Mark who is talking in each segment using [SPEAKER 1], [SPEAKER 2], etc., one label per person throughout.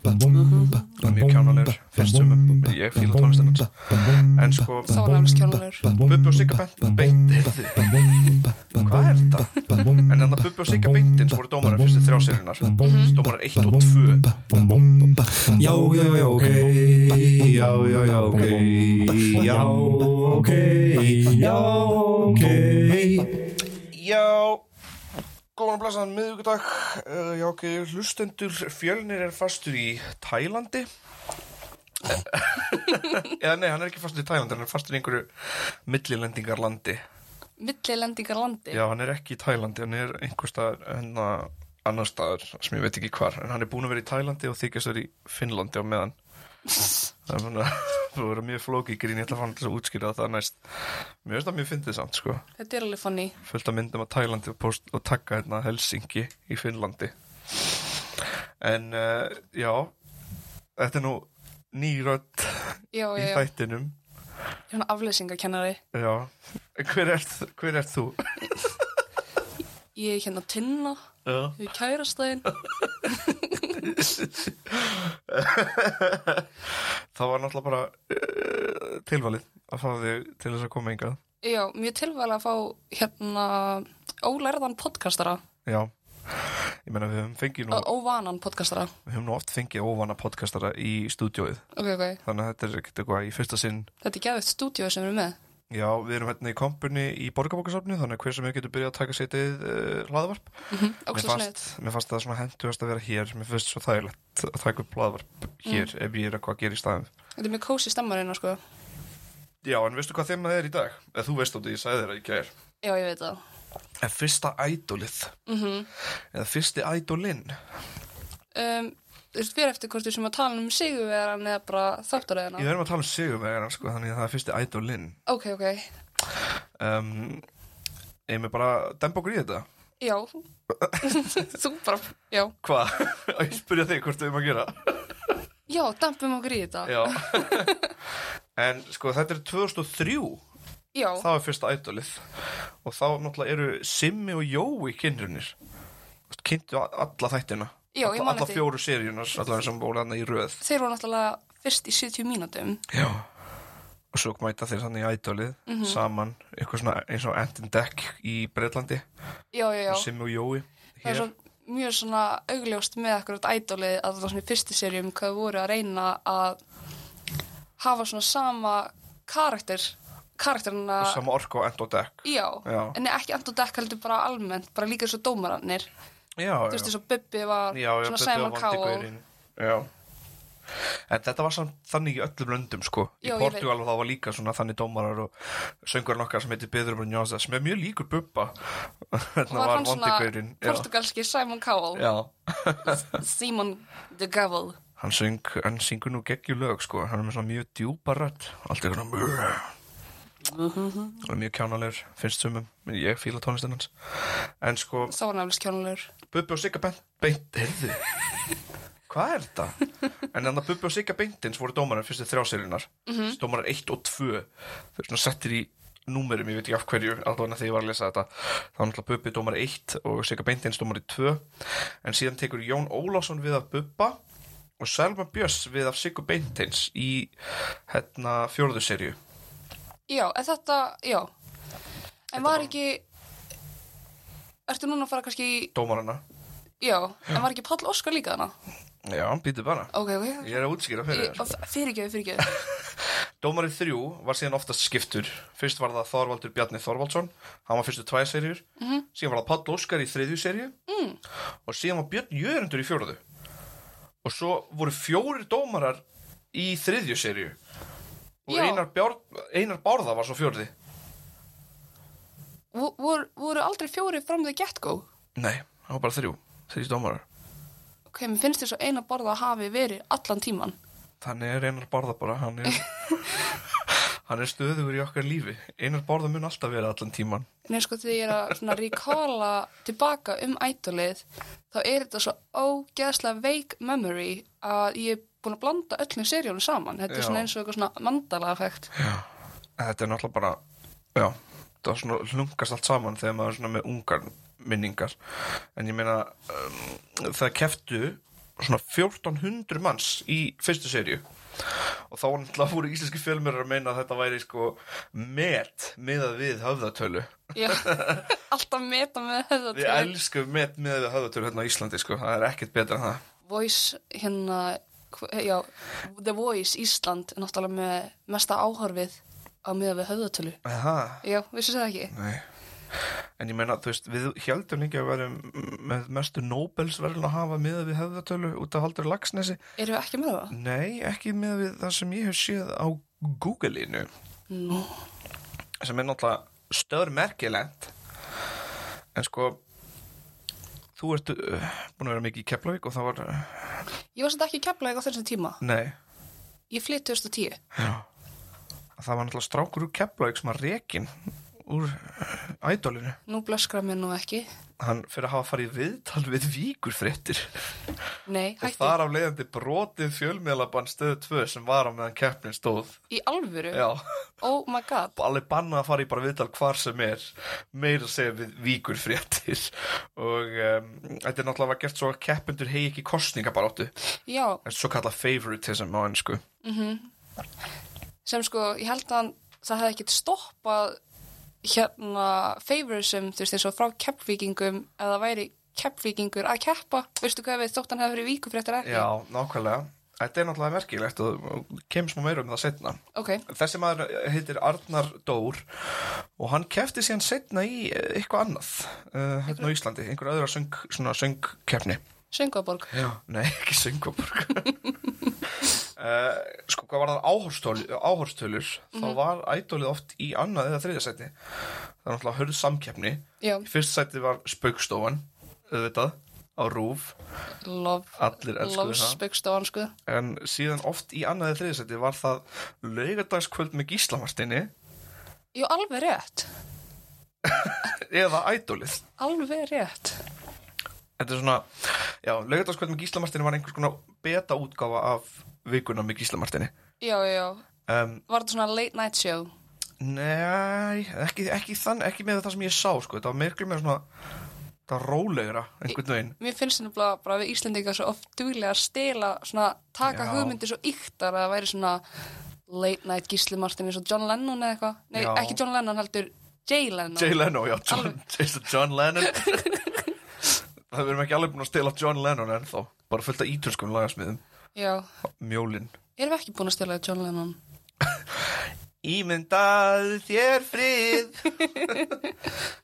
[SPEAKER 1] Hann er mjög kjánalegur, finnst sumum. Ég fíla tónlist hennar. En sko-
[SPEAKER 2] Sá hann alveg skjálfur.
[SPEAKER 1] Bubbi og Sigga beint- beinti. Hvað er þetta? En þannig að Bubbi og Sigga beintins voru dómarar fyrstu þrjá seriunar. Dómarar 1 og 2.
[SPEAKER 3] Já, já, já, ok Já, já, já, ok Já, ok Já, ok
[SPEAKER 1] Já, góðan og blæsaðan miðugudag. Uh, já, ok, hlustendur, fjölnir er fastur í Tælandi. Eða nei, hann er ekki fastur í Tælandi, hann er fastur í einhverju millilendingarlandi.
[SPEAKER 2] Millilendingar landi.
[SPEAKER 1] Já, hann er ekki í Tælandi, hann er einhver staðar hérna annar staðar sem ég veit ekki hvar en hann er búin að vera í Tælandi og þykist vera í Finnlandi á meðan það er svona, það voru mjög flóki grín ég ætla að fá hann til að útskýra það næst mér finnst það mjög fyndið samt sko
[SPEAKER 2] Þetta er alveg funny.
[SPEAKER 1] fullt af myndum á Tælandi og, post, og taka hérna Helsingi í Finnlandi en uh, já þetta er nú nýrödd
[SPEAKER 2] Já, já,
[SPEAKER 1] í
[SPEAKER 2] já.
[SPEAKER 1] þættinum
[SPEAKER 2] Ég er hann aflýsingakennari.
[SPEAKER 1] já. hver ert, hver ert þú?
[SPEAKER 2] Ég er hérna tinna.
[SPEAKER 1] Já.
[SPEAKER 2] Ég er kærastæðin.
[SPEAKER 1] það var náttúrulega bara uh, tilvalið að fá þig til þess að koma hingað
[SPEAKER 2] Já, mjög tilvæg að fá hérna ólærðan podcastara.
[SPEAKER 1] já ég meina við höfum fengið nú,
[SPEAKER 2] Ó, óvanan podcastara.
[SPEAKER 1] við höfum nú oft fengið óvana podcastara í stúdjóið
[SPEAKER 2] Ok, ok.
[SPEAKER 1] þannig að þetta er ekkert eitthvað í fyrsta sinn
[SPEAKER 2] Þetta er geðvitt stúdíu sem við erum með.
[SPEAKER 1] Já, við erum hérna í kompunni í borgarbókasafni þannig að hver sem við getur byrjað að taka sétið uh, hlaðvarp.
[SPEAKER 2] Mhm.
[SPEAKER 1] Mér
[SPEAKER 2] Ókslega
[SPEAKER 1] fannst,
[SPEAKER 2] snöð.
[SPEAKER 1] mér fannst það svona henduðast að vera hér mér finnst svo þægilegt að taka upp hlaðvarp hér ef ég er eitthvað að gera í staðum
[SPEAKER 2] Þetta er mjög kósi stemmarina, sko.
[SPEAKER 1] Já, en veistu hvað þemað er í dag? Eða þú veist átti, ég sagði þér að ég gær
[SPEAKER 2] Já, ég veit það.
[SPEAKER 1] En fyrsta ædolið Eða fyrsti ædolinn
[SPEAKER 2] Um, Þú veist, fyrir eftir hvort við sem að tala um sigurveran eða bara þáttaröðina.
[SPEAKER 1] Ég verðum að tala um sigurvegaran sko, þannig að það er fyrsti ædolinn
[SPEAKER 2] Ok, ok.
[SPEAKER 1] um, Ég með bara dempa okkur í þetta
[SPEAKER 2] Já. Þú bara, já.
[SPEAKER 1] Hvað? Á ég að spyrja þig hvort við um að gera
[SPEAKER 2] Já, dampum okkur í þetta.
[SPEAKER 1] Já En sko, þetta er 2003
[SPEAKER 2] Já,
[SPEAKER 1] það var fyrsta ædolið og þá náttúrulega eru Simmi og Jói kynrunir kynntu a- alla þættina
[SPEAKER 2] Já, ég
[SPEAKER 1] alla,
[SPEAKER 2] man
[SPEAKER 1] alla
[SPEAKER 2] eftir.
[SPEAKER 1] fjóru seríunar allavega sem voru hann í röð
[SPEAKER 2] þeir voru náttúrulega fyrst í 70 mínútum.
[SPEAKER 1] já. og svo mæta þeir þannig í ædolið
[SPEAKER 2] Mhm.
[SPEAKER 1] saman, eitthvað svona eins og Ant and Deck í Breitlandi
[SPEAKER 2] Já, já, já.
[SPEAKER 1] og Simmi og Jói
[SPEAKER 2] það er
[SPEAKER 1] hér,
[SPEAKER 2] svo mjög svona augljóst með akkurat ædolið að það var svona í fyrstu serjum hvað þau voru að reyna að hafa svona sama karakter karakterina
[SPEAKER 1] sama orku á Ant and Deck
[SPEAKER 2] já,
[SPEAKER 1] Já.
[SPEAKER 2] en ekki endur dekk heldur bara almennt, bara líka svo dómaranir
[SPEAKER 1] já,
[SPEAKER 2] þú veist þess að Bubbi var
[SPEAKER 1] já, já,
[SPEAKER 2] svona
[SPEAKER 1] Bubbi og
[SPEAKER 2] Simon
[SPEAKER 1] vondi
[SPEAKER 2] Cowell
[SPEAKER 1] gaurinn. já En þetta var samt þannig í öllum löndum sko Í
[SPEAKER 2] Já, ég
[SPEAKER 1] Portugal og það var líka svona þannig dómarar og söngurinn okkar sem heitir Beður Brunjósa sem er mjög líkur Bubba Þannig
[SPEAKER 2] var hann
[SPEAKER 1] vondi
[SPEAKER 2] svona
[SPEAKER 1] gaurinn já.
[SPEAKER 2] portugalski Simon Cowell
[SPEAKER 1] já,
[SPEAKER 2] Simon the Gavel
[SPEAKER 1] hann, söng, hann syngur nú geggjulög sko Hann er með svona mjög djúpa rödd Allt er svona mjög
[SPEAKER 2] Mhm,
[SPEAKER 1] Mjög kjánalegur, finnst sumum Ég fíla tónlistin hans En sko,
[SPEAKER 2] sá hann alveg skjónulegur
[SPEAKER 1] Bubbi og Sigga beint, beint heyrðu Hvað er þetta? En þannig að Bubbi og Sigga beintins voru dómarar fyrstu þrjáselunar mm -hmm. Dómarar 1 og 2 Þau eru svona settir í númerum, ég veit ekki af hverju allavega þegar ég var að lesa þetta þá er náttúrulega Bubbi dómar 1 og Sigga Beintins dómar 2 en síðan tekur Jón Ólásson við af Bubba og Selma Björns við af Sigga Beintins í hérna fjórðu serju
[SPEAKER 2] já, en þetta, já en var ekki ertu núna að fara kannski í
[SPEAKER 1] dómarana
[SPEAKER 2] Já, en var ekki Páll Óskar líka þarna?
[SPEAKER 1] Já, býtu bara
[SPEAKER 2] Ok, ok.
[SPEAKER 1] Ég er að útskýra fyrir þér
[SPEAKER 2] Fyrirgjöðu, fyrirgjöðu.
[SPEAKER 1] Dómarið þrjú var síðan oftast skiptur Fyrst var það Þorvaldur Bjarni Þorvaldsson Hann var fyrstu tvær serjur -hmm. Síðan var það Páll Óskar í þriðju serju mm. Og síðan var Björn Jörundur í fjórðu Og svo voru fjórir dómarar Í þriðju serju Og
[SPEAKER 2] Já.
[SPEAKER 1] Einar, Bjár, Einar Bárða var svo fjórði
[SPEAKER 2] Vo- Vor, voru aldrei fjóri fram því get-go?
[SPEAKER 1] Nei, það var bara þrjú Þrjú dómarar
[SPEAKER 2] Ok, mér finnst þér svo eina borða hafi verið allan tíman.
[SPEAKER 1] Þannig er Einar Bárða bara Hann er, hann er stöðugur í okkar lífi Einar Bárða mun alltaf vera allan tíman
[SPEAKER 2] En eins og því ég er að svona recalla tilbaka um ædolið, þá er þetta svo ógeðslega veik memory að ég er búin að blanda öllum seríunum saman. Þetta
[SPEAKER 1] Já.
[SPEAKER 2] er svona eins og eitthvað svona mandala-effekt.
[SPEAKER 1] En þetta er náttúrulega bara já, það svona hlungast allt saman þegar maður er svona með ungar minningar en ég meina um, það keftu svona 1400 manns í fyrstu serju og þá var náttúrulega voru íslenski fjölmjörður að meina að þetta væri sko met miðað við höfðatölu
[SPEAKER 2] Já, alltaf meta með þetta
[SPEAKER 1] við elskum met miðað við höfðatölu hérna á Íslandi sko, það er ekkert betra en það
[SPEAKER 2] Voice, hérna, hv- já, The Voice Ísland er náttúrulega með mesta áhorfið á miða við höfðatölu.
[SPEAKER 1] Aha.
[SPEAKER 2] Já, vissu það ekki?
[SPEAKER 1] Nei. En ég meina, þú veist, við heldum líka að verðum með mestu Nobelsverðin að hafa miðað við höfðatölu út af Haldur Lagsnesi.
[SPEAKER 2] Erum við ekki með það?
[SPEAKER 1] Nei, ekki miðað við það sem ég hef séð á Google-inu,
[SPEAKER 2] Nú,
[SPEAKER 1] sem er náttúrulega störmerkilegt. En sko, þú ert uh, búin að vera mikið í Keflavík og það var, uh,
[SPEAKER 2] ég var svolítið ekki kemlaðið á þessum tíma.
[SPEAKER 1] nei,
[SPEAKER 2] Ég flytt 2010.
[SPEAKER 1] það var náttúrulega strákur úr Keflavík sem var rekin úr uh, ædolinu.
[SPEAKER 2] Nú blöskra mér nú ekki.
[SPEAKER 1] Hann fyrir að hafa farið í viðtal við víkurfréttir.
[SPEAKER 2] Nei,
[SPEAKER 1] og
[SPEAKER 2] hætti.
[SPEAKER 1] þar af leiðandi brotið fjölmiðlabann stöðu 2 sem var á meðan keppnin stóð
[SPEAKER 2] Í alvöru?
[SPEAKER 1] já,
[SPEAKER 2] Oh my god.
[SPEAKER 1] alveg bannað að fara í bara viðtal hvar sem er meira að segja við víkur fréttir og um, þetta er náttúrulega var gert svo að keppendur hegi ekki kostningabaráttu þetta
[SPEAKER 2] Já,
[SPEAKER 1] er svo kallað favoritism á ennsku
[SPEAKER 2] sem sko, ég held að hann- það hefði ekkert stoppað hérna favorism, þú veist, eins og frá keppvíkingum, eða væri keppvíkingur að keppa, veistu hvað við þótt hann hefði verið víkufréttir ekki?
[SPEAKER 1] já, nákvæmlega þetta er náttúrulega merkilegt og og kemur smá meira um það setna
[SPEAKER 2] Ok,
[SPEAKER 1] þessi maður heitir Arnar Dór og hann kefti síðan setna í eh, eitthvað annað uh, hérna á Íslandi, einhver öðra söng, svona söngkeppni
[SPEAKER 2] Söngaborg.
[SPEAKER 1] Já. Nei, ekki Söngaborg uh, Sko, hvað var það áhorstölur, áhorstölur þá var ædólið oft í annað eða þriðja sæti Það er náttúrulega hörð samkeppni
[SPEAKER 2] Já,
[SPEAKER 1] Í fyrst sæti var Spaukstofan auðvitað, á rúf
[SPEAKER 2] love,
[SPEAKER 1] Allir elskuðu
[SPEAKER 2] love
[SPEAKER 1] það
[SPEAKER 2] spöggstofan, sko.
[SPEAKER 1] En síðan oft í annað eða þriðja sæti var það laugardagskvöld með Gíslamartinni
[SPEAKER 2] Jú, alveg rétt,
[SPEAKER 1] eða ædólið
[SPEAKER 2] alveg rétt.
[SPEAKER 1] Þetta er svona, já, laugardagskvöld með Gíslamartinni var einhvers konar beta útgáfa af vikuna með Gíslamartinni
[SPEAKER 2] Já, já, já.
[SPEAKER 1] um,
[SPEAKER 2] Var þetta svona late night show?
[SPEAKER 1] Nei, ekki, ekki, þann, ekki með það sem ég sá sko. þetta var miklu með svona það var rólegra einhvern veginn
[SPEAKER 2] Mér finnst þetta bara, bara við Íslendingar svo oft duglega að stela, svona taka
[SPEAKER 1] Já.
[SPEAKER 2] hugmyndir svo yktar að það væri svona late night gísli Martin eins og John Lennon eða eitthvað. Nei,
[SPEAKER 1] Já.
[SPEAKER 2] ekki John Lennon heldur, Jay Lennon.
[SPEAKER 1] Jay Leno, já, John, Jason John Lennon Það verðum ekki alveg búin að stela John Lennon ennþá bara fullt af ítönskum lagasmiðum
[SPEAKER 2] Já,
[SPEAKER 1] Mjólin
[SPEAKER 2] erum við ekki búin að stela John Lennon?
[SPEAKER 1] Ímyndað þér frið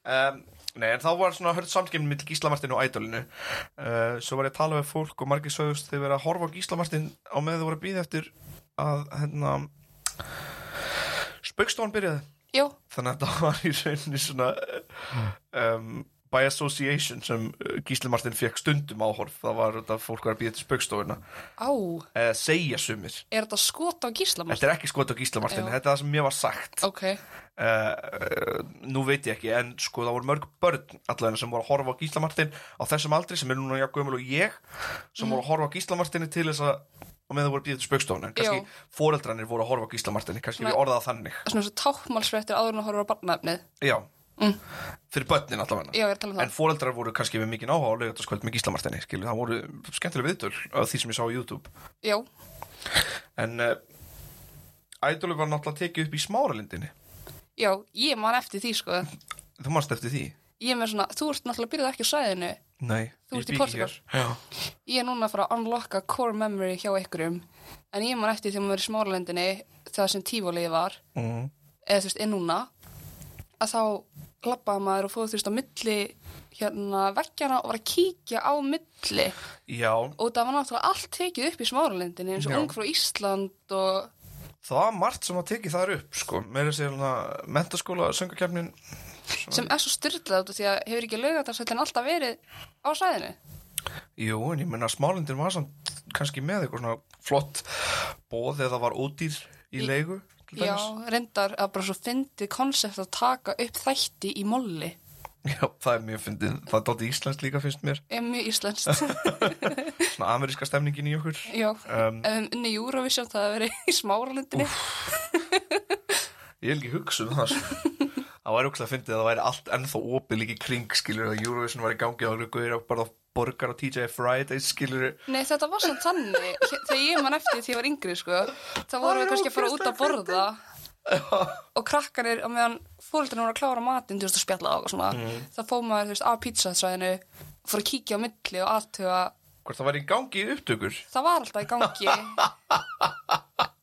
[SPEAKER 1] um, Nei, en þá var svona hörð samskipn mitt Gíslamartinu og ædolinu uh, Svo var ég að tala við fólk og margir sögust þegar verið að horfa á Gíslamartin á meðan þau voru að býða eftir að hérna Spaukstofan byrjaði
[SPEAKER 2] Jú,
[SPEAKER 1] Þannig að þetta var í rauninni svona um, by association sem uh, Gíslamartin fekk stundum áhorf það var þetta fólk var að býða eftir spaukstofuna
[SPEAKER 2] á,
[SPEAKER 1] uh, segja sumir
[SPEAKER 2] er þetta skot á gísla Martin?
[SPEAKER 1] Þetta er ekki skot á Gíslamartin,
[SPEAKER 2] Já.
[SPEAKER 1] þetta er það sem mér var sagt
[SPEAKER 2] Ok,
[SPEAKER 1] uh, nú veit ég ekki en sko það voru mörg börn allavega sem voru að horfa á Gíslamartin á þessum aldri sem er núna jákvæmul og ég sem voru að horfa á Gíslamartinni til þess að og með það voru býðið til spaukstofan en kannski
[SPEAKER 2] Já.
[SPEAKER 1] foreldrarnir voru að horfa á Gíslamartinni kannski
[SPEAKER 2] Svona-
[SPEAKER 1] við orðaða þannig
[SPEAKER 2] svona svo tákmálsfréttir áður en að horfa á barnaefnið.
[SPEAKER 1] já, fyrir börnin allavega
[SPEAKER 2] Mm. Já, ég er að tala um það.
[SPEAKER 1] en foreldrar voru kannski við mikið áhuga á laugataskvöld með Gíslamartinni skilu, það voru skemmtilega viðtöl af því sem ég sá á YouTube
[SPEAKER 2] Já,
[SPEAKER 1] en uh, ædolur var náttúrulega tekið upp í smáralindinni
[SPEAKER 2] já, ég man eftir því, sko.
[SPEAKER 1] þú manst eftir því?
[SPEAKER 2] Ég er með svona, þú ert náttúrulega byrjuð ekki á sæðinu.
[SPEAKER 1] Nei,
[SPEAKER 2] Þú
[SPEAKER 1] ég
[SPEAKER 2] ert í
[SPEAKER 1] bý ekki
[SPEAKER 2] Portúgal.
[SPEAKER 1] hér. Já.
[SPEAKER 2] Ég er núna að fara að unlocka core memory hjá einhverjum en ég man eftir því að maður er í smáralendinni það sem tífólið var
[SPEAKER 1] Mm.
[SPEAKER 2] eða þú veist, er núna að þá labbaði maður og fóðu þú veist á milli hérna veggjana og var að kíkja á milli
[SPEAKER 1] já,
[SPEAKER 2] og það var náttúrulega allt tekið upp í smáralendinni eins og
[SPEAKER 1] Já.
[SPEAKER 2] ung frá Ísland og
[SPEAKER 1] það var margt sem að tekið þar upp sko, meira sér hana mentaskóla söngakefnin
[SPEAKER 2] sem er svo styrlað út af því að hefur ekki laugatarsveitin alltaf verið á sæðinu
[SPEAKER 1] jú, en ég menna smálindin var samt kannski með eitthvað svona flott bóð eða var ódýr í
[SPEAKER 2] Í-
[SPEAKER 1] leigu til
[SPEAKER 2] Já,
[SPEAKER 1] dæmis.
[SPEAKER 2] reyndar að bara svo fyndið konsept að taka upp þætti í molli
[SPEAKER 1] já, það er mjög fyndið, það er dótt í Íslands líka finnst mér,
[SPEAKER 2] er mjög íslenskt
[SPEAKER 1] svona ameríska stemningin í okkur
[SPEAKER 2] Já,
[SPEAKER 1] Um,
[SPEAKER 2] ef um unni Eurovision það að verið í smáralundinni
[SPEAKER 1] ég vil ekki hugsa um það sko. það væri ógæslega fyndið að það væri allt ennþá opið líka í kring skilur að Eurovision var í gangi og það er bara borgar á TJ Fridays skilur
[SPEAKER 2] Nei, þetta var svona þannig Hér- Þegar ég man eftir því ég var yngri, sko þá vorum við
[SPEAKER 1] er
[SPEAKER 2] kannski að fara út að borða og krakkanir á meðan fólkarnir voru að klára matinn, þú veist, að spjalla og svona
[SPEAKER 1] Mm.
[SPEAKER 2] þá fór maður, þú veist, á pítsasvæðinu og fór að kíkja á milli og aðtuga
[SPEAKER 1] hvort það væri í gangi í upptökur
[SPEAKER 2] það var alltaf í gangi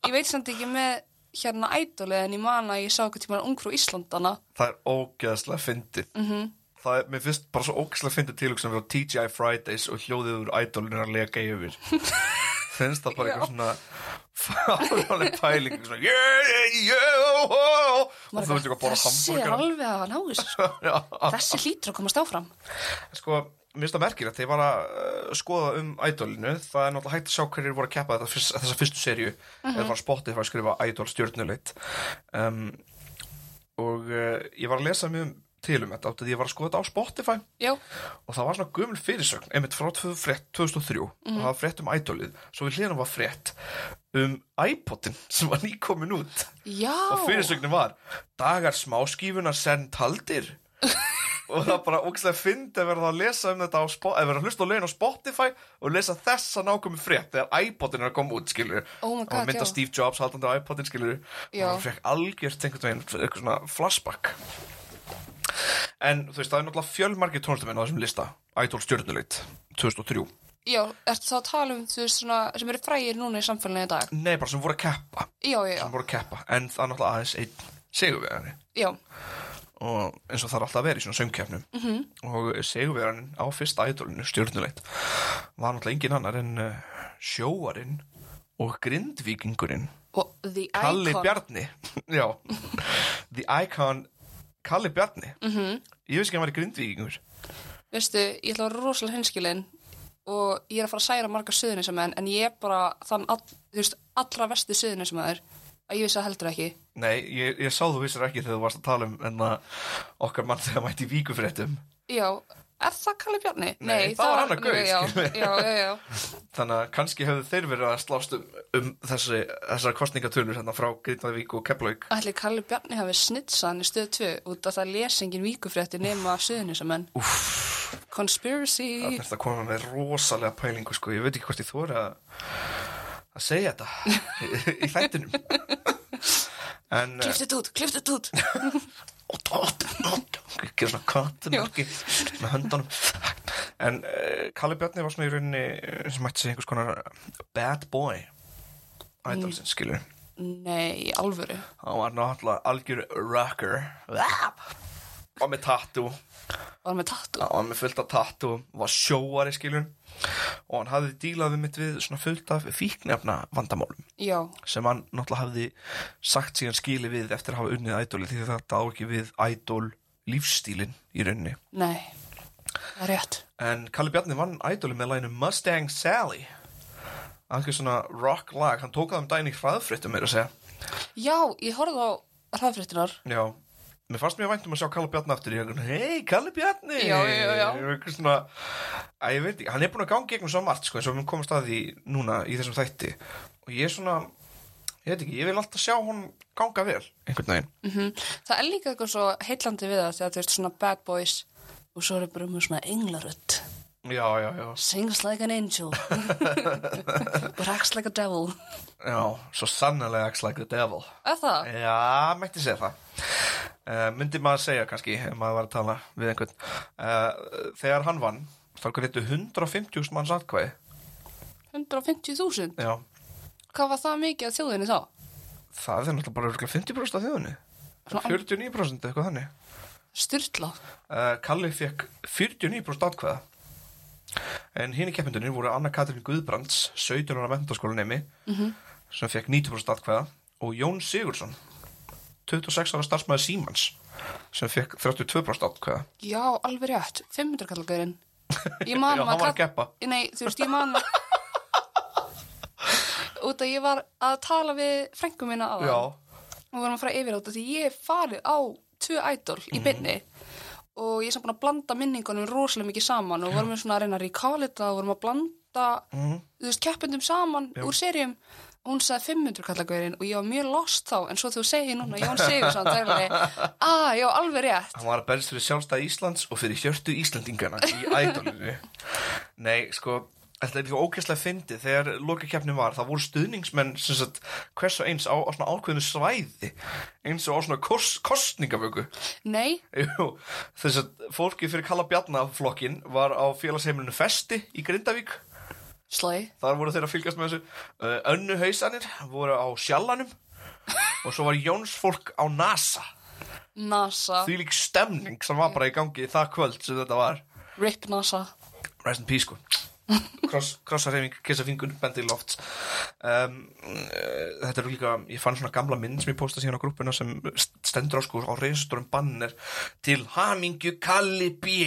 [SPEAKER 2] Ég veit samt ekki með hérna ædolið en ég man að ég sá eitthvað tíma ungfrú Íslandana
[SPEAKER 1] það er ógæslega fyndið
[SPEAKER 2] Mhm.
[SPEAKER 1] -hmm. það er, mér finnst bara svo ógæslega fyndið tilhugsan að vera á TJ Fridays og hljóðið úr idolinu að lega yfir finnst það bara eitthvað svona fáráleg pæling svona, yeah, yeah, yeah, oh, oh. og þú veit ekki að bóra
[SPEAKER 2] Þessi er
[SPEAKER 1] hambúrgar
[SPEAKER 2] alveg að hafa náðu þessu, sko. Þessi hlýtur að komast áfram
[SPEAKER 1] sko, mér finnst það merkilegt þegar ég var að uh, skoða um idolinu það er náttúrulega hægt að sjá hverjir voru að keppa þetta fyrst, þessa fyrstu serju eða var spottið að skrifa idol stjórnuleit um, og uh, ég var að lesa mjög um- til um þetta átt að ég var að skoða þetta á Spotify
[SPEAKER 2] Já,
[SPEAKER 1] og það var svona gömul fyrirsögn einmitt frá 2000 frétt- 2003 og það var frétt um idolið svo við hliðan var frétt um iPodin sem var nýkomin út
[SPEAKER 2] já
[SPEAKER 1] og fyrirsögnin var dagar smáskífunar senn taldir og það bara ógæslega fyndi að verða að lesa um þetta á Spotify, að verða að hlusta á lögin á Spotify og lesa þessa nákvæmi frétt þegar iPodin er að koma út, skilur
[SPEAKER 2] Oh my
[SPEAKER 1] og það
[SPEAKER 2] God,
[SPEAKER 1] mynda
[SPEAKER 2] já.
[SPEAKER 1] Steve Jobs haldandi á iPodin, skilur
[SPEAKER 2] Já.
[SPEAKER 1] og hann fekk algjört einhvern veginn, eitthvað svona flashback en þú veist, það er náttúrulega fjölmargir tónlistamenn á þessum lista Idol stjörnuleit 2003
[SPEAKER 2] Já, ertu þá að tala um þú veist svona sem eru frægir núna í samfélaginu í dag
[SPEAKER 1] nei, bara sem voru að keppa,
[SPEAKER 2] Já, já, já,
[SPEAKER 1] sem voru að keppa en það er náttúrulega aðeins einn sigurvegari
[SPEAKER 2] já,
[SPEAKER 1] og eins og það er alltaf að vera í svona söngkjafnum -hmm. og segurverðan á fyrsta ædolinu stjórnuleit var náttúrulega engin annar en uh, sjóarinn og grindvíkingurinn
[SPEAKER 2] og The
[SPEAKER 1] Kalli
[SPEAKER 2] Icon
[SPEAKER 1] Bjarni já, the icon Kalli Bjarni -hmm. ég veist ekki að hann var grindvíkingur
[SPEAKER 2] Veistu, ég ætla að vera rosalega hinskilin og ég er að fara að særa marga suðunisamenn en ég er bara þann all, þú veist, allra vestu suðunismæður að ég vissi það heldur ekki
[SPEAKER 1] nei, ég, ég sá þú vissir ekki þegar þú varst að tala um en að okkar mann þegar mætti í víkufréttum
[SPEAKER 2] Já, er það Kalli Bjarni?
[SPEAKER 1] Nei, það var annar gaur,
[SPEAKER 2] já,
[SPEAKER 1] skilur við.
[SPEAKER 2] já, já, já,
[SPEAKER 1] þannig að kannski hefðu þeir verið að slást um, um þessi, þessar kostningatölur hérna frá Grindavík og Keflavík
[SPEAKER 2] Ætli Kalli Bjarni hafi snitsaðan í stöð 2 út af það lesingin víkufrétti nema suðunisamenn Conspiracy
[SPEAKER 1] Þannig að koma með rosalega pælingu sko. Ég veit ekki hvort ég þóra að að segja þetta í, í þættinum En eh,
[SPEAKER 2] Klift þetta út, klift þetta út
[SPEAKER 1] ótt, ótt, ótt, Gera svona kattin
[SPEAKER 2] Já.
[SPEAKER 1] með höndunum En uh, Kalli Bjarni var svona í rauninni eh, sem mætti segja einhvers konar eh, bad boy Ædalsinn, skilur
[SPEAKER 2] Nei, í alvöru
[SPEAKER 1] Hann var náttúrulega algjör rocker Var með tattoo
[SPEAKER 2] Var með tattu
[SPEAKER 1] hann var með fullt af tattu var sjóari skilur og hann hafði dílað við mitt við svona fullt af fíknefna vandamálum
[SPEAKER 2] Já,
[SPEAKER 1] sem hann náttúrulega hafði sagt síðan skili við eftir að hafa unnið ædóli því þetta á ekki við ædól lífstílin í rauninni
[SPEAKER 2] nei, það er rétt
[SPEAKER 1] en Kalli Bjarni vann ædóli með læginu Mustang Sally alveg svona rock lag hann tók það um daginn í hraðfréttum meira að segja
[SPEAKER 2] Já, ég horfði á hraðfréttinar
[SPEAKER 1] Já, mér fannst mér vænt um að sjá Kalle Bjarni aftur Ég er hei, Kalle Bjarni
[SPEAKER 2] Já, já, já.
[SPEAKER 1] Ég er eitthvað svona Æ, ég veit ekki, hann er búin að ganga gegnum svo margt sko, eins og við komum stað í núna í þessum þætti og ég er svona ég veit ekki, ég vil alltaf sjá hún ganga vel einhvern veginn
[SPEAKER 2] Mhm. Það er líka eitthvað svo heillandi við það þegar þú veist svona bad boys og svo eru bara um svona englarödd
[SPEAKER 1] Já, já, já,
[SPEAKER 2] sings like an angel but acts like a devil
[SPEAKER 1] já, svo sannlega acts like the devil
[SPEAKER 2] Er það?
[SPEAKER 1] Já, mætti segja það uh, Myndi maður segja kannski ef maður var að tala við einhvern uh, Þegar hann vann þá greitu 150.000 manns atkvæði
[SPEAKER 2] 150.000?
[SPEAKER 1] Já,
[SPEAKER 2] Hvað var það mikið að þjóðinni þá?
[SPEAKER 1] Það er náttúrulega bara örugglega 50% af þjóðunni
[SPEAKER 2] Svona-
[SPEAKER 1] 49% eitthvað þannig
[SPEAKER 2] Sturla
[SPEAKER 1] uh, Kalli fekk 49% atkvæða En hinn í keppindunni voru Anna Katrín Guðbrands 17 ára mentaskóla nemi sem fekk 90% atkvæða og Jón Sigurðsson 26 ára starfsmæði Símans sem fekk 32% atkvæða
[SPEAKER 2] Já, alveg rétt, 500 kallagurinn Ég man
[SPEAKER 1] Já, hann var að
[SPEAKER 2] kall-
[SPEAKER 1] keppa.
[SPEAKER 2] Nei, þú veist, ég man að Út að ég var að tala við frængu mína á
[SPEAKER 1] Já,
[SPEAKER 2] og við vorum að fara yfir á þetta því ég hef farið á tvö idol í
[SPEAKER 1] Mhm.
[SPEAKER 2] byrni og ég er samt búin að blanda minningunum rosalega mikið saman og vorum
[SPEAKER 1] Mhm.
[SPEAKER 2] við svona að reyna að recall þetta og vorum að blanda þú veist, keppendum saman úr serjum hún sagði 500 kallagurinn og ég var mjög lost þá en svo þú segir núna Jón Sigursson það er alveg, að já, alveg rétt
[SPEAKER 1] Hann var að berjast fyrir sjálfstæð Íslands og fyrir hjörtu Íslandingana í ædolinu. Nei, sko, þetta er líka ókesslega fyndið. Þegar lokakeppnin var, það voru stuðningsmenn sem sagt, hvers og eins á, á svona ákveðinu svæði, eins og á svona kos, kostningavöku.
[SPEAKER 2] nei,
[SPEAKER 1] Jú, þess að fólki fyrir Kalla Bjarnaflokkin var á félagsheimilinu Festi í Grindavík.
[SPEAKER 2] slöi
[SPEAKER 1] Þar voru þeir að fylgjast með þessu. Uh, Önnu hausanir voru á Sjallanum og svo var Jónsfólk á NASA.
[SPEAKER 2] NASA,
[SPEAKER 1] því lík stemning sem var bara í gangi það kvöld sem þetta var
[SPEAKER 2] RIP NASA
[SPEAKER 1] Rest in peace sko Kross, Krossa reyfing, kissa fingur, bendi í loft um, uh, Þetta eru líka Ég fann svona gamla mynd sem ég posta síðan á grúppuna sem st- stendur á sko á reyðstórum banner til Hamingju Kalli B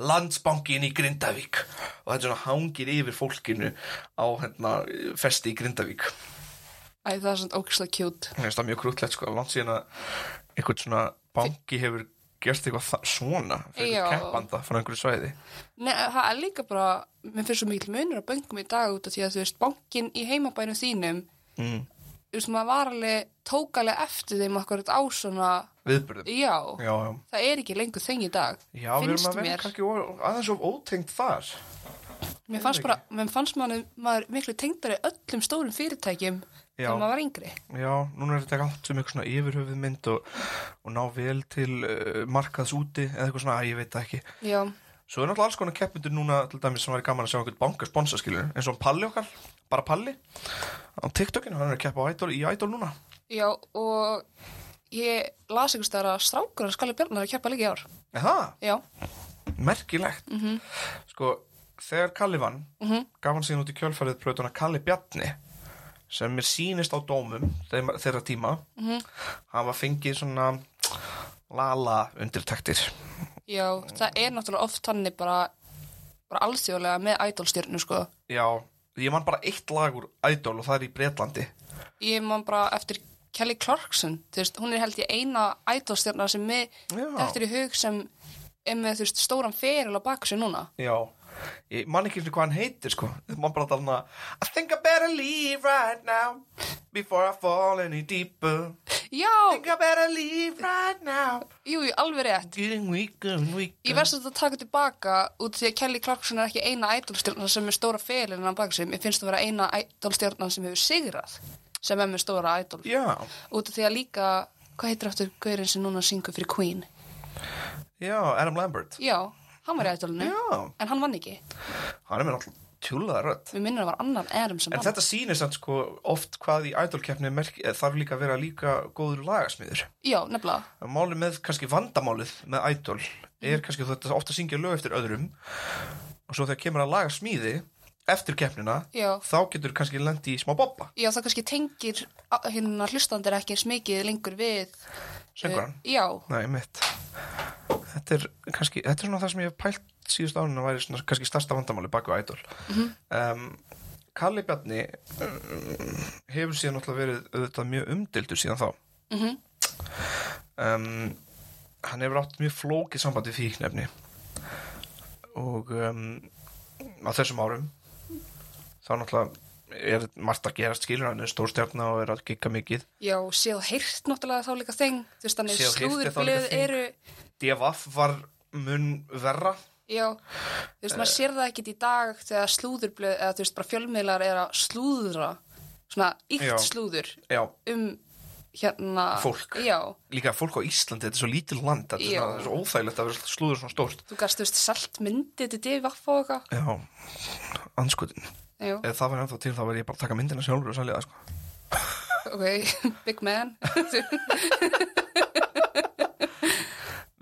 [SPEAKER 1] Landsbankin í Grindavík og þetta svona hangir yfir fólkinu á hérna festi í Grindavík
[SPEAKER 2] Æ, það er svona ógislega cute
[SPEAKER 1] Mér finnst það mjög krútlegt sko, langt síðan að einhvern svona banki hefur gert eitthvað þa- svona fyrir
[SPEAKER 2] Já.
[SPEAKER 1] keppanda frá einhverju svæði.
[SPEAKER 2] Nei, það er líka bara, mér finnst svo mikil munur á böngum í dag út af því að þú veist, bankin í heimabænum þínum,
[SPEAKER 1] Mm.
[SPEAKER 2] þú veist, maður var alveg, tók alveg eftir þeim okkur á svona,
[SPEAKER 1] Viðbyrðum.
[SPEAKER 2] já,
[SPEAKER 1] Já, já.
[SPEAKER 2] það er ekki lengur þeng í dag,
[SPEAKER 1] Já, við erum
[SPEAKER 2] finnst
[SPEAKER 1] að vera
[SPEAKER 2] mér.
[SPEAKER 1] kannski o- aðeins of ótengt þar.
[SPEAKER 2] Mér fannst bara, mér fannst maður, maður miklu tengdari öllum stórum fyrirtækjum
[SPEAKER 1] Já.
[SPEAKER 2] þegar maður var yngri.
[SPEAKER 1] Já, núna er þetta allt sem eitthvað svona yfirhöfuð mynd og, og ná vel til uh, markaðs úti eða eitthvað svona, að ég veit það ekki.
[SPEAKER 2] Já,
[SPEAKER 1] Svo er náttúrulega alls konar keppindur núna til dæmis sem væri gaman að sjá einhvern bankasponsa skilur eins og hann Palli okkar, bara Palli á TikTokinu, hann er að keppa á Idol, í Idol núna.
[SPEAKER 2] já, og ég las einhvers þar að strákur að skali björnar að keppa líka í ár.
[SPEAKER 1] Eða?
[SPEAKER 2] Já,
[SPEAKER 1] merkilegt sko, þegar Kalli vann gaf hann síðan út í kjölfærið plötuna Kalli Bjarni sem er sýnist á dómum þeim- þeirra tíma hann var fengið svona lala undirtektir
[SPEAKER 2] já, það er náttúrulega oft þannig bara, bara alþjóðlega með ædolstjörnu, sko.
[SPEAKER 1] já, ég man bara eitt lag úr Idol og það er í Bretlandi
[SPEAKER 2] ég man bara eftir Kelly Clarkson, þú veist, hún er held ég eina ædolstjarnar sem mig
[SPEAKER 1] Já.
[SPEAKER 2] eftir í hug sem er með, þú veist, stóran feril á baku sig núna.
[SPEAKER 1] já, ég man ekki einu sinni hvað hann heitir sko, ég man bara þarna I think I better leave right now before I fall any deeper I
[SPEAKER 2] Já,
[SPEAKER 1] think I better leave right now
[SPEAKER 2] jú, jú, alveg rétt.
[SPEAKER 1] getting weaker and weaker
[SPEAKER 2] Ég verðst að þetta taka tilbaka út því að Kelly Clarkson er ekki eina ædolstjarnar sem er stóra ferilin á baku sig. Mér finnst það vera eina ædolstjarnar sem hefur sigrað sem er með stóra ædol.
[SPEAKER 1] já
[SPEAKER 2] Út af því að líka, hvað heitir aftur gaurinn sem núna syngur fyrir Queen?
[SPEAKER 1] Já, Adam Lambert
[SPEAKER 2] Já, hann var í ædolinu.
[SPEAKER 1] Já.
[SPEAKER 2] En hann vann ekki.
[SPEAKER 1] Hann er með náttúrulega tjúlaða rödd
[SPEAKER 2] Við minnum að það var annar Adam sem
[SPEAKER 1] En
[SPEAKER 2] vann.
[SPEAKER 1] þetta sýnir samt sko oft hvað í idolkeppni er merk- eh, þarf líka að vera líka góður lagasmiður
[SPEAKER 2] Já, nefnilega.
[SPEAKER 1] Máli með kannski vandamálið með idol er kannski þetta ofta að syngja lög eftir öðrum og svo þegar kemur að laga smíði eftir keppnina
[SPEAKER 2] Já.
[SPEAKER 1] þá getur kannski lendi í smá bobba
[SPEAKER 2] Já, það kannski tengir á- hérna hlustandir ekki eins mikið lengur við
[SPEAKER 1] Söngvarann?
[SPEAKER 2] Eh, Já,
[SPEAKER 1] Nei, mitt Þetta er kannski, þetta er svona það sem ég hef pælt síðust árinu að væri svona kannski starsta vandamáli baku á Idol um, Kalli Bjarni um, hefur síðan alltaf verið auðvitað mjög umdildur síðan þá um, Hann hefur átt mjög flókið sambandi fíknefni og um, á þessum árum þá náttúrulega er margt að gerast skilur hann er stórstjarna og er að gigga mikið
[SPEAKER 2] já, séð og heyrt náttúrulega þá líka þeng Þú veist, þannig
[SPEAKER 1] Séð og heyrt er þá líka
[SPEAKER 2] slúðurblöð
[SPEAKER 1] þing.
[SPEAKER 2] eru
[SPEAKER 1] Devaf var mun verra
[SPEAKER 2] Já, þú veist,
[SPEAKER 1] Eh.
[SPEAKER 2] maður sér það ekkit í dag þegar slúðurblöð, eða þú veist, bara fjölmiðlar er að slúðra svona ykt
[SPEAKER 1] Já.
[SPEAKER 2] slúður
[SPEAKER 1] Já,
[SPEAKER 2] um hérna
[SPEAKER 1] Fólk.
[SPEAKER 2] Já,
[SPEAKER 1] líka fólk á Íslandi, þetta er svo lítil land þetta er,
[SPEAKER 2] Já.
[SPEAKER 1] svona, það er svo óþægilegt að vera slúður svona stórt
[SPEAKER 2] þú gast, þú veist, salt myndið til divaf og eitthvað
[SPEAKER 1] já, anskutin
[SPEAKER 2] Já,
[SPEAKER 1] ef það var ennþá til þá verði ég bara að taka myndina sjálfur og selja það sko
[SPEAKER 2] ok, big man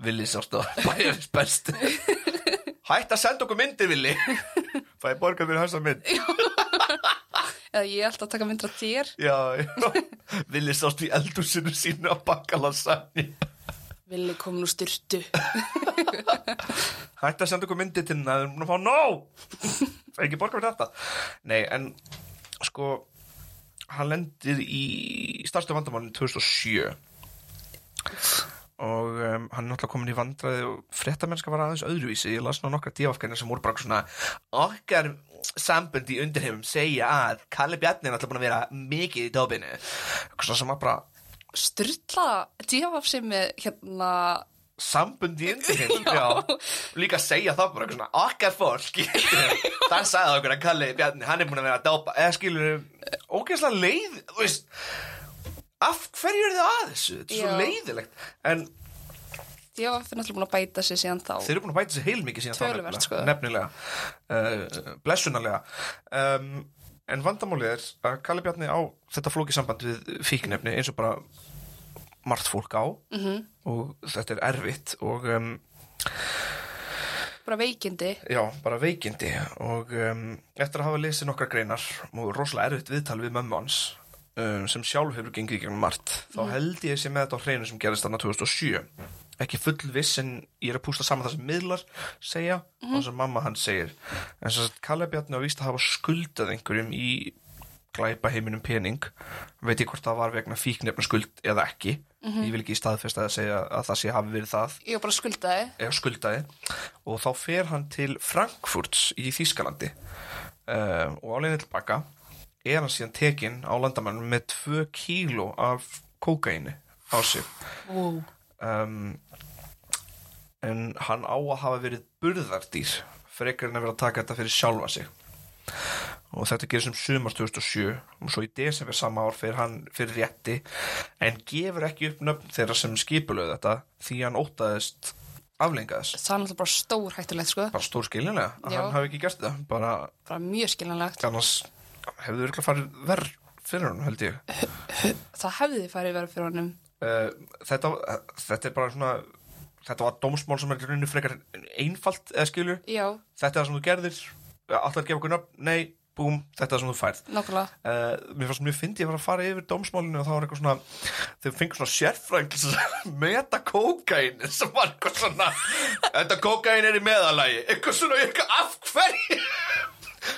[SPEAKER 1] Vili sást og bæjarins best hætt að senda okkur myndir Vili það er borgað fyrir hans að mynd
[SPEAKER 2] Eða ég ætla að taka myndir á þér
[SPEAKER 1] já, já. Vili sást í eldúsinu sínu að baka lasagna
[SPEAKER 2] Villi kom nú styrtu
[SPEAKER 1] hætt að senda okkur myndir til það er múin að fá nóg það er ekki borgað fyrir þetta nei, en sko hann lendir í starstu vandamálinu 2007 og um, hann er náttúrulega komin í vandræði og fréttamennska var aðeins öðruvísi ég las nú nokkra divafkennar sem voru bara svona okkar sambund í undirheimum segja að Kalli Bjarni er alltaf búin að vera mikið í dobinu eitthvað svona sem að bara
[SPEAKER 2] Sturla djáfaf sem með hérna
[SPEAKER 1] sambund í undirheimum já. líka segja það bara eitthvað svona okkar fólk það sagði okkur að Kalli Bjarni hann er búin að vera að dopa eða skilur ógeðslega leið þú veist, af hverju eru þið að þessu þetta er svo
[SPEAKER 2] Já.
[SPEAKER 1] leiðilegt en
[SPEAKER 2] djáfaf er náttúrulega búin að bæta sig síðan þá
[SPEAKER 1] þeir eru búin að bæta sér heilmikið síðan
[SPEAKER 2] Töluvert,
[SPEAKER 1] nefnilega,
[SPEAKER 2] sko.
[SPEAKER 1] nefnilega. Uh, blessunarlega um, en vandamálið er að Kalli Bjarni á þetta flóki samband við fíknefni eins og bara margt fólk á
[SPEAKER 2] Mhm.
[SPEAKER 1] -hmm. og þetta er erfitt og um,
[SPEAKER 2] bara veikindi
[SPEAKER 1] já, bara veikindi og um, eftir að hafa lesið nokkra greinar og rosalega erfitt viðtal við mömmu hans um, sem sjálf hefur gengið í gegnum margt þá held ég sé með þetta á hreinu sem gerist þarna 2007 ekki full viss en ég er að pústa saman það sem miðlar segja og það sem mamma hans segir en svo að Kalle Bjarni á víst að hafa skuldað einhverjum í glæpa heiminum pening veit ég hvort það var vegna fíknefna skuld eða ekki ég vil ekki í staðfest að segja að það sé hafi verið það
[SPEAKER 2] ég var bara skuldaði
[SPEAKER 1] eða skuldaði og þá fer hann til Frankfurts í Þýskalandi uh, og á leiðinni tilbaka er hann síðan tekinn á landamannum með 2 kíló af kókaini á sig
[SPEAKER 2] wow.
[SPEAKER 1] um, en hann á að hafa verið burðardýr frekar en að vera að taka þetta fyrir sjálfa sig og þetta gerir sem sumar 2007 og svo í desember sama ár fyrir hann fyrir rétti en gefur ekki upp nöfn þeirra sem skipulöðu þetta því hann óttaðist aflengaðist
[SPEAKER 2] það er náttúrulega bara stór hættulegt sko
[SPEAKER 1] bara stór skiljanlega að
[SPEAKER 2] Já.
[SPEAKER 1] hann hafi ekki gert þetta bara
[SPEAKER 2] bara mjög skiljanlegt
[SPEAKER 1] annars hefðu ykkur farið verð fyrir hann held ég
[SPEAKER 2] það hefði farið verið fyrir honum
[SPEAKER 1] uh, þetta, þetta er bara svona þetta var dómsmál sem er í rauninni frekar einfalt eða skilju
[SPEAKER 2] já,
[SPEAKER 1] þetta er það sem þú gerðir alltaf að gefa okkur nöfn, nei, búm, þetta er það sem þú færð
[SPEAKER 2] nákvæmlega
[SPEAKER 1] Uh, mér fannst mjög fyndi að fara að fara yfir dómsmálinu og þá var eitthvað svona þau fengur svona sérfræng til að meta kókain sem var eitthvað svona þetta kókain er í meðalagi eitthvað svona eitthvað af hverju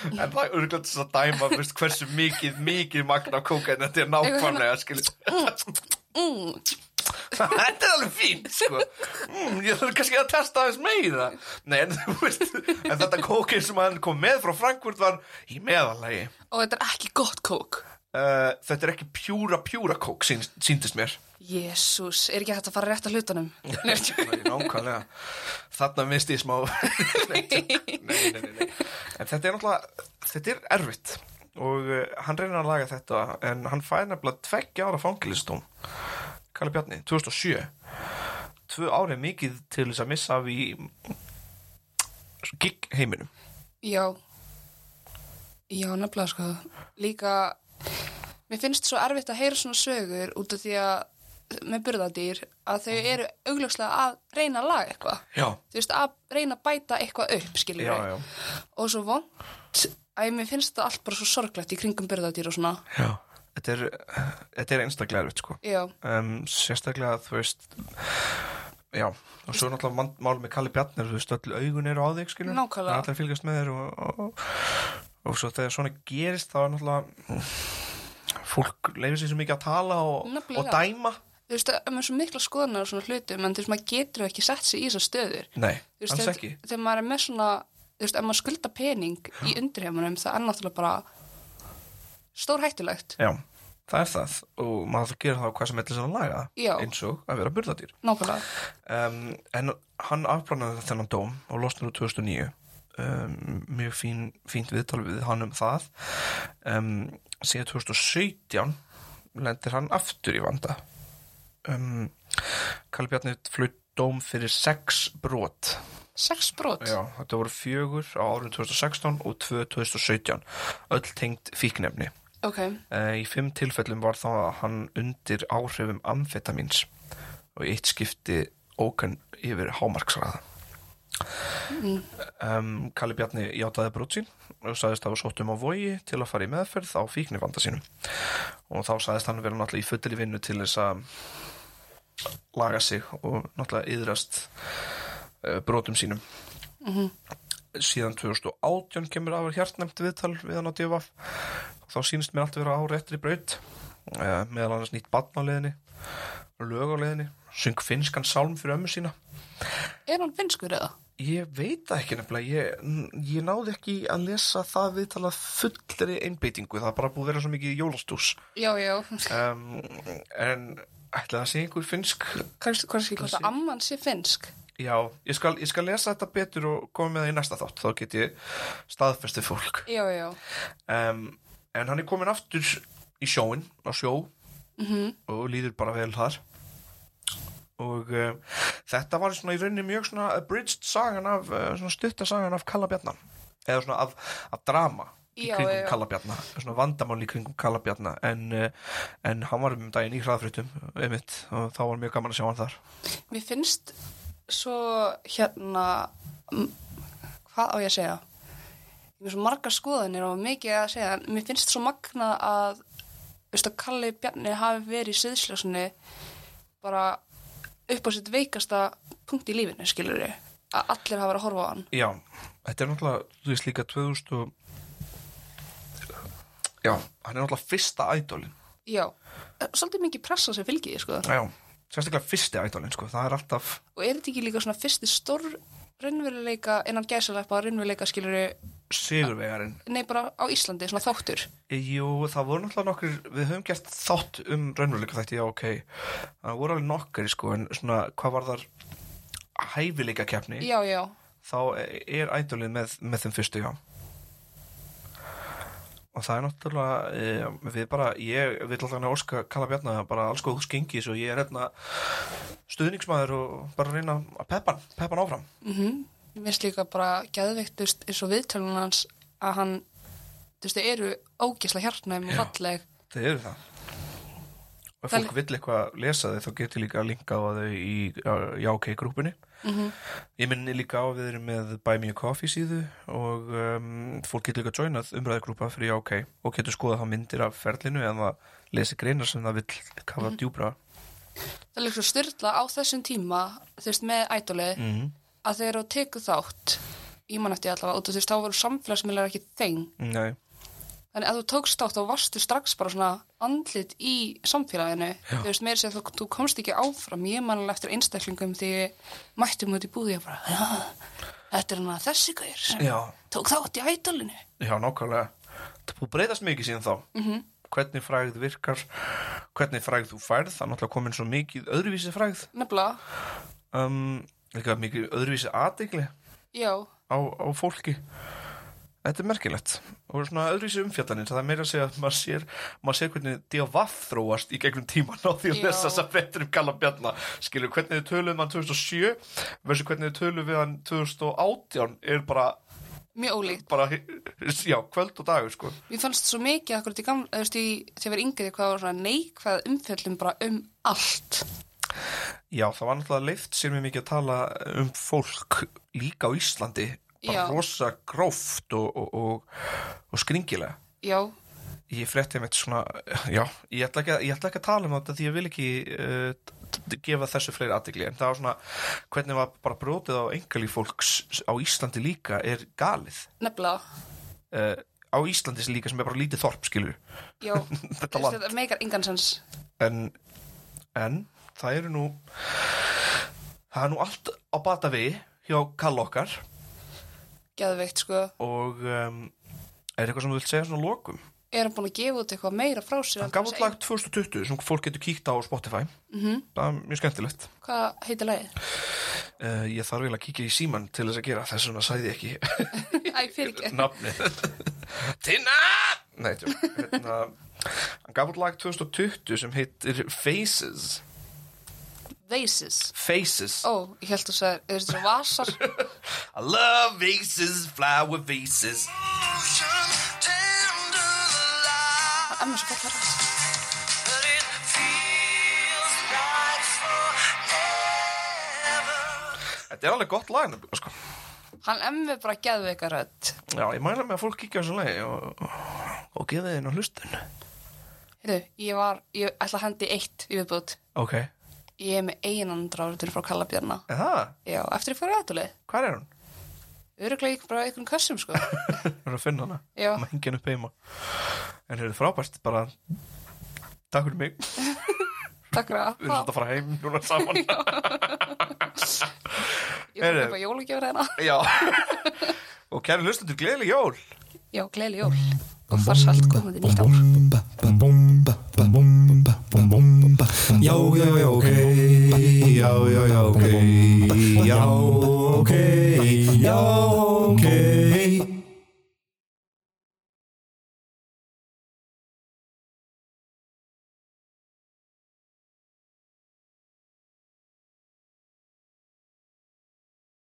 [SPEAKER 1] en það er örglænt þess að dæma veist, hversu mikið, mikið magna kókain þetta er nákvæmlega skilur
[SPEAKER 2] mm,
[SPEAKER 1] þetta er alveg fín sko. mm, ég þarf kannski að testa aðeins meira nei en þú veist en þetta kókain sem hann kom með frá Frankfurt var í meðalagi
[SPEAKER 2] og þetta er ekki gott kók
[SPEAKER 1] Uh, þetta er ekki pjúra pjúra kók sín, síndist mér
[SPEAKER 2] jésús, er ekki hægt að fara rétt að hlutunum Nei,
[SPEAKER 1] Nákvæmlega Þarna misti ég smá nei, nei, nei, nei, nei. En þetta er náttúrulega Þetta er erfitt Og uh, hann reynir að laga þetta En hann fær nefnilega tveggja ára fangilistóm Kalli Bjarni, 2007 Tvö ári er mikið til þess að missa af í gig heiminum
[SPEAKER 2] já já, nefnilega sko líka, mér finnst svo erfitt að heyra svona sögur út af því að með burðadýr að þau
[SPEAKER 1] Mhm.
[SPEAKER 2] eru augljóslega að reyna að laga eitthvað
[SPEAKER 1] Já,
[SPEAKER 2] þú veist, að reyna að bæta eitthvað upp, skiljum
[SPEAKER 1] já, já,
[SPEAKER 2] og svo vond að mér finnst þetta allt bara svo sorglegt í kringum byrðadýr og svona
[SPEAKER 1] já. Þetta er, eh, þetta er einstaklega erfitt sko
[SPEAKER 2] já,
[SPEAKER 1] um, sérstaklega þú veist já, og svo er náttúrulega man- mál með Kalli Bjarnir, þú veist, öll augun eru á þig skilur,
[SPEAKER 2] Nákvæmlega.
[SPEAKER 1] Það er allir að fylgjast með þér og, og, og, og svo þegar svona gerist þá er náttúrulega fólk leifir sér svo mikið að tala og,
[SPEAKER 2] Nefnilega.
[SPEAKER 1] og dæma
[SPEAKER 2] þú veist, að maður er svo mikla skoðunar og svona hlutum en þú veist, maður getur ekki sett sér í þessar stöður
[SPEAKER 1] nei,
[SPEAKER 2] þú
[SPEAKER 1] alls
[SPEAKER 2] þegar-
[SPEAKER 1] ekki
[SPEAKER 2] þegar maður er með svona, þú veist, ef maður skulda pening í undirheimunum, það er náttúrulega bara stór hættulegt
[SPEAKER 1] já, það er það og maður þarf að gera það hvað sem er til þess að laga það,
[SPEAKER 2] Já.
[SPEAKER 1] eins og að vera burðadýr
[SPEAKER 2] nákvæmlega,
[SPEAKER 1] um, en hann afbránaði þennan dóm og losnar úr 2009 um, mjög fín, fínt viðtal við hann um það um, síðan 2017 lendir hann aftur í vanda um, Kalli Bjarni flutt dóm fyrir sex brot
[SPEAKER 2] sex brot
[SPEAKER 1] Já, þetta voru fjögur á árun 2016 og tvö 2017 öll tengt fíknefni
[SPEAKER 2] ok,
[SPEAKER 1] Eh, Í fimm tilfellum var það að hann undir áhrifum amfetamins og í eitt skipti ókan yfir hámarksraða. Um, Kalli Bjarni játaði brot sín og sagðist hafa sótt um á vogi til að fara í meðferð á fíknivanda sínum og þá sagðist hann vera náttúrulega í fullir vinnu til þess að laga sig og náttúrulega yðrast uh, brotum sínum síðan 2018 kemur afur hjartnæmt viðtal við hann á divaf þá sýnist mér allt vera á réttri braut eh, meðal annars nýtt barn á leiðinni lög á leiðinni, syng finskan sálm fyrir ömmu sína
[SPEAKER 2] er hann finnskur eða?
[SPEAKER 1] Ég veit það ekki nefnilega, ég, n- ég náði ekki að lesa það við tala fullri einbeitingu, það er bara búið að vera svo mikið jólastús.
[SPEAKER 2] já, já,
[SPEAKER 1] Um, en ætlaði að sé einhver finnsk,
[SPEAKER 2] kannski, kannski hvort að amman sé finnsk
[SPEAKER 1] já, ég skal, ég skal lesa þetta betur og koma með það í næsta þátt, þá get ég staðfestið fólk.
[SPEAKER 2] já, já,
[SPEAKER 1] Um, en hann er komin aftur í sjóin, á sjó,
[SPEAKER 2] Mhm.
[SPEAKER 1] -hmm. og líður bara vel þar. Og um, þetta var svona í rauninni mjög svona abridged sagan af, uh, svona stutta sagan af Kalla Bjarnan. Eða svona af, af drama í
[SPEAKER 2] Já,
[SPEAKER 1] kringum
[SPEAKER 2] já.
[SPEAKER 1] Kalla Bjarna, svona vandamál í kringum Kalla Bjarna. En, uh, en hann var um daginn í hraðfréttum, einmitt, og þá var mjög gaman að sjá hann þar.
[SPEAKER 2] mér finnst svo hérna m- hvað á ég að segja ég er svo margar skoðanir og mikið að segja en mér finnst svo magna að veist að Kalli Bjarni hafi verið í siðsljósunni bara upp á sitt veikasta punkt í lífinu, skilur við að allir hafa verið að horfa á hann
[SPEAKER 1] Já, þetta er náttúrulega, þú veist líka 2000 og... Já, hann er náttúrulega fyrsta ædólin.
[SPEAKER 2] já, Eh, svolítið mikið pressa sem fylgið sko.
[SPEAKER 1] Já, sérstaklega fyrsti ædólin, sko, það er alltaf...
[SPEAKER 2] og er þetta ekki líka svona fyrsti stór raunveruleika innan gæsaleppa raunveruleika skilur
[SPEAKER 1] sigurvegarinn
[SPEAKER 2] nei bara á Íslandi, svona þáttur
[SPEAKER 1] Jú, það voru náttúrulega nokkur, við höfum gert þátt um raunveruleika þætti, já ok það voru alveg nokkari sko, en svona hvað var þar hæfileika keppni,
[SPEAKER 2] já, já,
[SPEAKER 1] þá er ædolið með, með þeim fyrstu, já og það er náttúrulega eh, við bara, ég vil alltaf hann að óska kalla bjarna bara alls góð skengis og ég er hérna stuðningsmaður og bara reyna að peppa hann, peppa hann áfram
[SPEAKER 2] mhm mér finnst líka bara geðveiktust eins og viðtölun hans að hann, þú veist, þau eru ógisla hjartnæm og
[SPEAKER 1] Já.
[SPEAKER 2] falleg
[SPEAKER 1] Þau eru það Og ef
[SPEAKER 2] Það-
[SPEAKER 1] fólk vill eitthvað lesa þau þá getur líka að linka á þau í jákei-grúpunni Ég minni líka á að við erum með Buy Me a Coffee síðu og um, fólk getur líka að joinað umræðugrúpa fyrir jákei og getur skoðað þá myndir af ferlinu en það lesi greinar sem það vill kafa djúbra
[SPEAKER 2] það er líka svo styrla á þessum tíma þú veist, með ædolið
[SPEAKER 1] Mhm.
[SPEAKER 2] að þeir eru að teku þátt ég man eftir allavega, og þú veist, þá voru samfélagsmiðlar ekki þeng,
[SPEAKER 1] Nei,
[SPEAKER 2] þannig að þú tókst þátt og varstu strax bara svona andlit í samfélaginu, þú veist, meira sér þú, þú komst ekki áfram, ég man alveg eftir einstaklingum því ég mættum út í búði ég bara, já, þetta er hann að þessi gaur sem
[SPEAKER 1] já,
[SPEAKER 2] tók þátt í ædolinu
[SPEAKER 1] já, nákvæmlega Það er búið að breytast mikið síðan þá -hmm. Hvernig frægð virkar Hvernig frægð þú færð, það er náttúrulega komin svo mikið öðruvísi frægð
[SPEAKER 2] nefnilega,
[SPEAKER 1] um, Líka mikið öðruvísi aðdegli
[SPEAKER 2] já
[SPEAKER 1] á, á fólki Þetta er merkilegt og svona öðruvísi umfjallanir það er meira að segja að maður sér, maður sér hvernig D.O.V. þróast í gegnum tíman á því að
[SPEAKER 2] Já.
[SPEAKER 1] lesa þess að betur um Kalla Bjarna skilur hvernig þið töluðum hann 2007 versus hvernig þið töluðum við hann 2018 er bara,
[SPEAKER 2] mjög ólíkt.
[SPEAKER 1] bara já, kvöld og dagur sko
[SPEAKER 2] Mér fannst svo mikið akkurat í gamla, þú veist, í, þegar við yngri hvað var svona neikvæð umfjöllum bara um allt.
[SPEAKER 1] Já, það var náttúrulega leift sér mér mikið að tala um fólk líka á Íslandi bara
[SPEAKER 2] Já.
[SPEAKER 1] rosa gróft og, og, og, og skringilega
[SPEAKER 2] Já,
[SPEAKER 1] ég frétti mitt svona já, ég ætla ekki, að- ég ætla ekki að tala um þetta því ég vil ekki uh, t- t- gefa þessu fleiri aðdegli en það var svona hvernig var bara brotið á engalí fólks á Íslandi líka er galið
[SPEAKER 2] nefnilega.
[SPEAKER 1] uh, á Íslandi sem líka sem er bara lítið þorp skilur
[SPEAKER 2] Já, Þú
[SPEAKER 1] þetta
[SPEAKER 2] veist,
[SPEAKER 1] land
[SPEAKER 2] þetta meikar engan sens.
[SPEAKER 1] en, en það eru nú það er nú allt á bata við hjá kall okkar
[SPEAKER 2] Geðveikt, sko.
[SPEAKER 1] og um, er eitthvað sem þú vilt segja svona lokum
[SPEAKER 2] Er hann búin að gefa út eitthvað meira frá sér?
[SPEAKER 1] hann gaf út lag 2020 sem fólk getur kíkt á á Spotify -hmm. það er mjög skemmtilegt
[SPEAKER 2] Hvað heitir lagið?
[SPEAKER 1] Uh, ég þarf eiginlega að kíkja í síman til þess að gera þess vegna sæði ég ekki
[SPEAKER 2] Æ, fyrir ekki.
[SPEAKER 1] nafnið Tinna! Nei, tjó, hérna hann gaf út lag 2020 sem heitir Faces
[SPEAKER 2] Vases.
[SPEAKER 1] Faces
[SPEAKER 2] Ó, ég held þú að þú veist, svona vasar.
[SPEAKER 1] I love faces, flower faces
[SPEAKER 2] Hann er með svo gott verð.
[SPEAKER 1] Þetta er alveg gott lag nefnilega, sko.
[SPEAKER 2] Hann er með bara geðveika rödd.
[SPEAKER 1] Já, ég mæla með að fólk kíkja á þessu lagi og, og gefa þeim á hlustun
[SPEAKER 2] Heyrðu, ég var, ég ætla að hendi eitt í viðbútt.
[SPEAKER 1] Ok, er
[SPEAKER 2] Ég er með einan dráður frá Kalla Bjarna.
[SPEAKER 1] það?
[SPEAKER 2] Já, eftir ég fór í aðtúlið.
[SPEAKER 1] Hvar er hún?
[SPEAKER 2] Öruglega ekki bara einhvern kössum, sko.
[SPEAKER 1] Er að finna hana?
[SPEAKER 2] Já.
[SPEAKER 1] Maður hengi hann upp heima En er það frábært bara Takk fyrir mig
[SPEAKER 2] Takk fyrir að
[SPEAKER 1] Við erum alltaf að fara heim núna saman
[SPEAKER 2] Ég fyrir
[SPEAKER 1] Heyrðu.
[SPEAKER 2] upp að jólagjafur hérna.
[SPEAKER 1] Já Og kæri hlustendur, gleðileg jól
[SPEAKER 2] Já, gleðli jól og farsalt komandi nýtt ár.
[SPEAKER 3] Já, já, já, ok Já, já, já, ok Já, ok